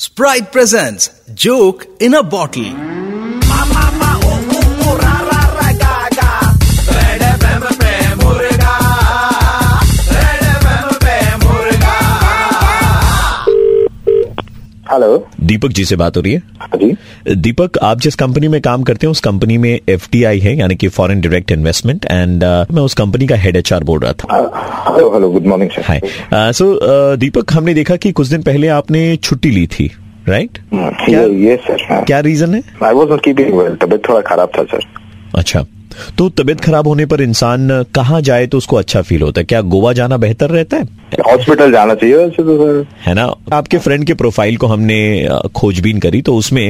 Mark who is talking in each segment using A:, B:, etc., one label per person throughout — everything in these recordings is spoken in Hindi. A: Sprite presents Joke in a Bottle.
B: Hello
C: Deepak ji से बात हो रही है
B: जी
C: दीपक आप जिस कंपनी में काम करते हैं उस कंपनी में एफ है यानी कि foreign direct investment and uh, मैं उस कंपनी का हेड एच बोल रहा था
B: Uh, hello hello good morning sir
C: hi so uh, Deepak हमने देखा कि कुछ दिन पहले आपने छुट्टी ली थी राइट
B: ये ये सर
C: क्या रीजन है
B: I was not keeping well तबीयत थोड़ा खराब था सर
C: अच्छा तो तबीयत खराब होने पर इंसान अ, कहाँ जाए तो उसको अच्छा फील होता है क्या गोवा जाना बेहतर रहता है
B: हॉस्पिटल जाना चाहिए वैसे तो सर
C: है ना आपके फ्रेंड के प्रोफाइल को हमने अ, खोजबीन करी तो उसमें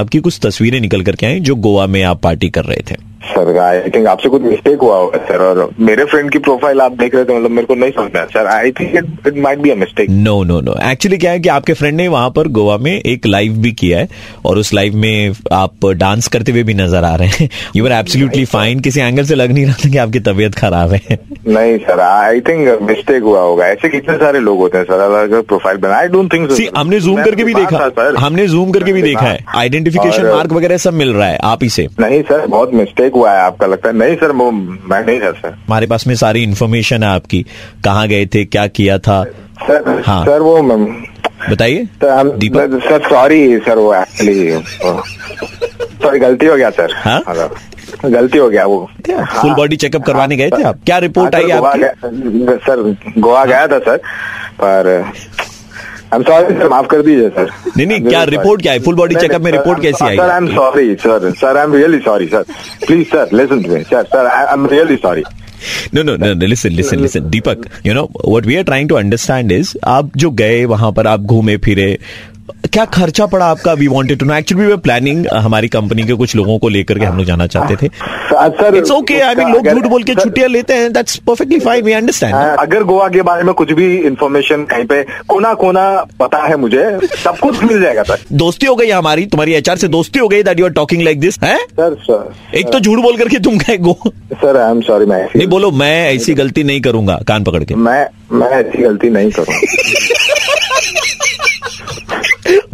C: आपकी कुछ तस्वीरें निकल करके आई जो गोवा में आप पार्टी कर रहे थे
B: सर आई थिंक आपसे कुछ मिस्टेक हुआ होगा सर और मेरे फ्रेंड की प्रोफाइल आप देख रहे थे मतलब मेरे को नहीं समझ में आया sir I think it it might be a mistake
C: no no no actually क्या है कि आपके फ्रेंड ने वहां पर गोवा में एक लाइव भी किया है और उस लाइव में आप डांस करते हुए भी नजर आ रहे हैं यू आर एब्सोल्युटली फाइन किसी एंगल से लग नहीं रहा था कि आपकी तबीयत खराब है
B: नहीं सर आई थिंक मिस्टेक हुआ होगा ऐसे कितने सारे लोग होते हैं सर अलग अलग प्रोफाइल बना आई डोंट थिंक
C: सी हमने जूम करके भी देखा हमने जूम करके भी देखा है आइडेंटिफिकेशन मार्क वगैरह सब मिल रहा है आप ही से
B: नहीं सर बहुत मिस्टेक हुआ है आपका लगता है नहीं सर वो मैं नहीं था सर
C: हमारे पास में सारी इन्फॉर्मेशन है आपकी कहाँ गए थे क्या किया था
B: सर
C: हाँ।
B: सर वो मैं-
C: बताइए
B: सर तो हम
C: Deepak
B: sir- sir sorry sir वो एक्चुअली सॉरी गलती हो गया सर
C: हाँ?
B: सर, गलती हो गया वो
C: फुल बॉडी चेकअप करवाने गए थे आप क्या रिपोर्ट
B: हाँ,
C: आई
B: सर, गोवा
C: आपकी हाँ।
B: गया- सर गोवा गया था सर पर आई एम सॉरी सर माफ कर दीजिए सर
C: नहीं, नहीं, क्या report क्या है? Full body checkup में report कैसी आई
B: सर आई एम
C: आपकी?
B: Sorry sir sir I am really sorry sir please sir listen to me sir sir I am really sorry
C: no no no listen listen listen Deepak you know what we are trying to understand is आप जो गए वहां पर आप घूमे फिरे क्या खर्चा पड़ा आपका we wanted to know actually we planning uh, हमारी कंपनी के कुछ लोगों को लेकर के हम लोग जाना चाहते थे
B: sir
C: it's okay I mean
B: उसका
C: लोग
B: अगर-
C: झूठ बोल के
B: सर,
C: छुट्टियां लेते हैं that's perfectly fine we understand
B: अगर गोवा के बारे में कुछ भी इंफॉर्मेशन कहीं पे कोना कोना पता है मुझे सब कुछ मिल जाएगा सर
C: दोस्ती हो गई हमारी तुम्हारी एचआर से दोस्ती हो गई that you are talking like this है
B: सर सर
C: एक तो झूठ बोल करके तुम गए go
B: sir I am sorry मैं ऐसी-
C: नहीं बोलो मैं ऐसी गलती नहीं करूंगा कान पकड़ के
B: मैं मैं ऐसी गलती नहीं करूँगा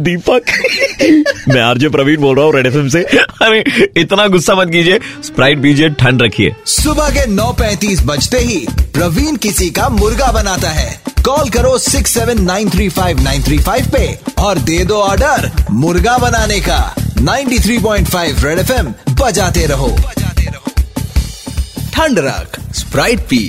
C: दीपक मैं आरजे प्रवीण बोल रहा हूँ रेड एफ से अरे इतना गुस्सा मत कीजिए स्प्राइट पीजिए ठंड रखिए
A: सुबह के 9:35 बजते ही प्रवीण किसी का मुर्गा बनाता है कॉल करो 6793595 पे और दे दो ऑर्डर मुर्गा बनाने का 93.5 रेड एफएम बजाते रहो ठंड रख स्प्राइट पी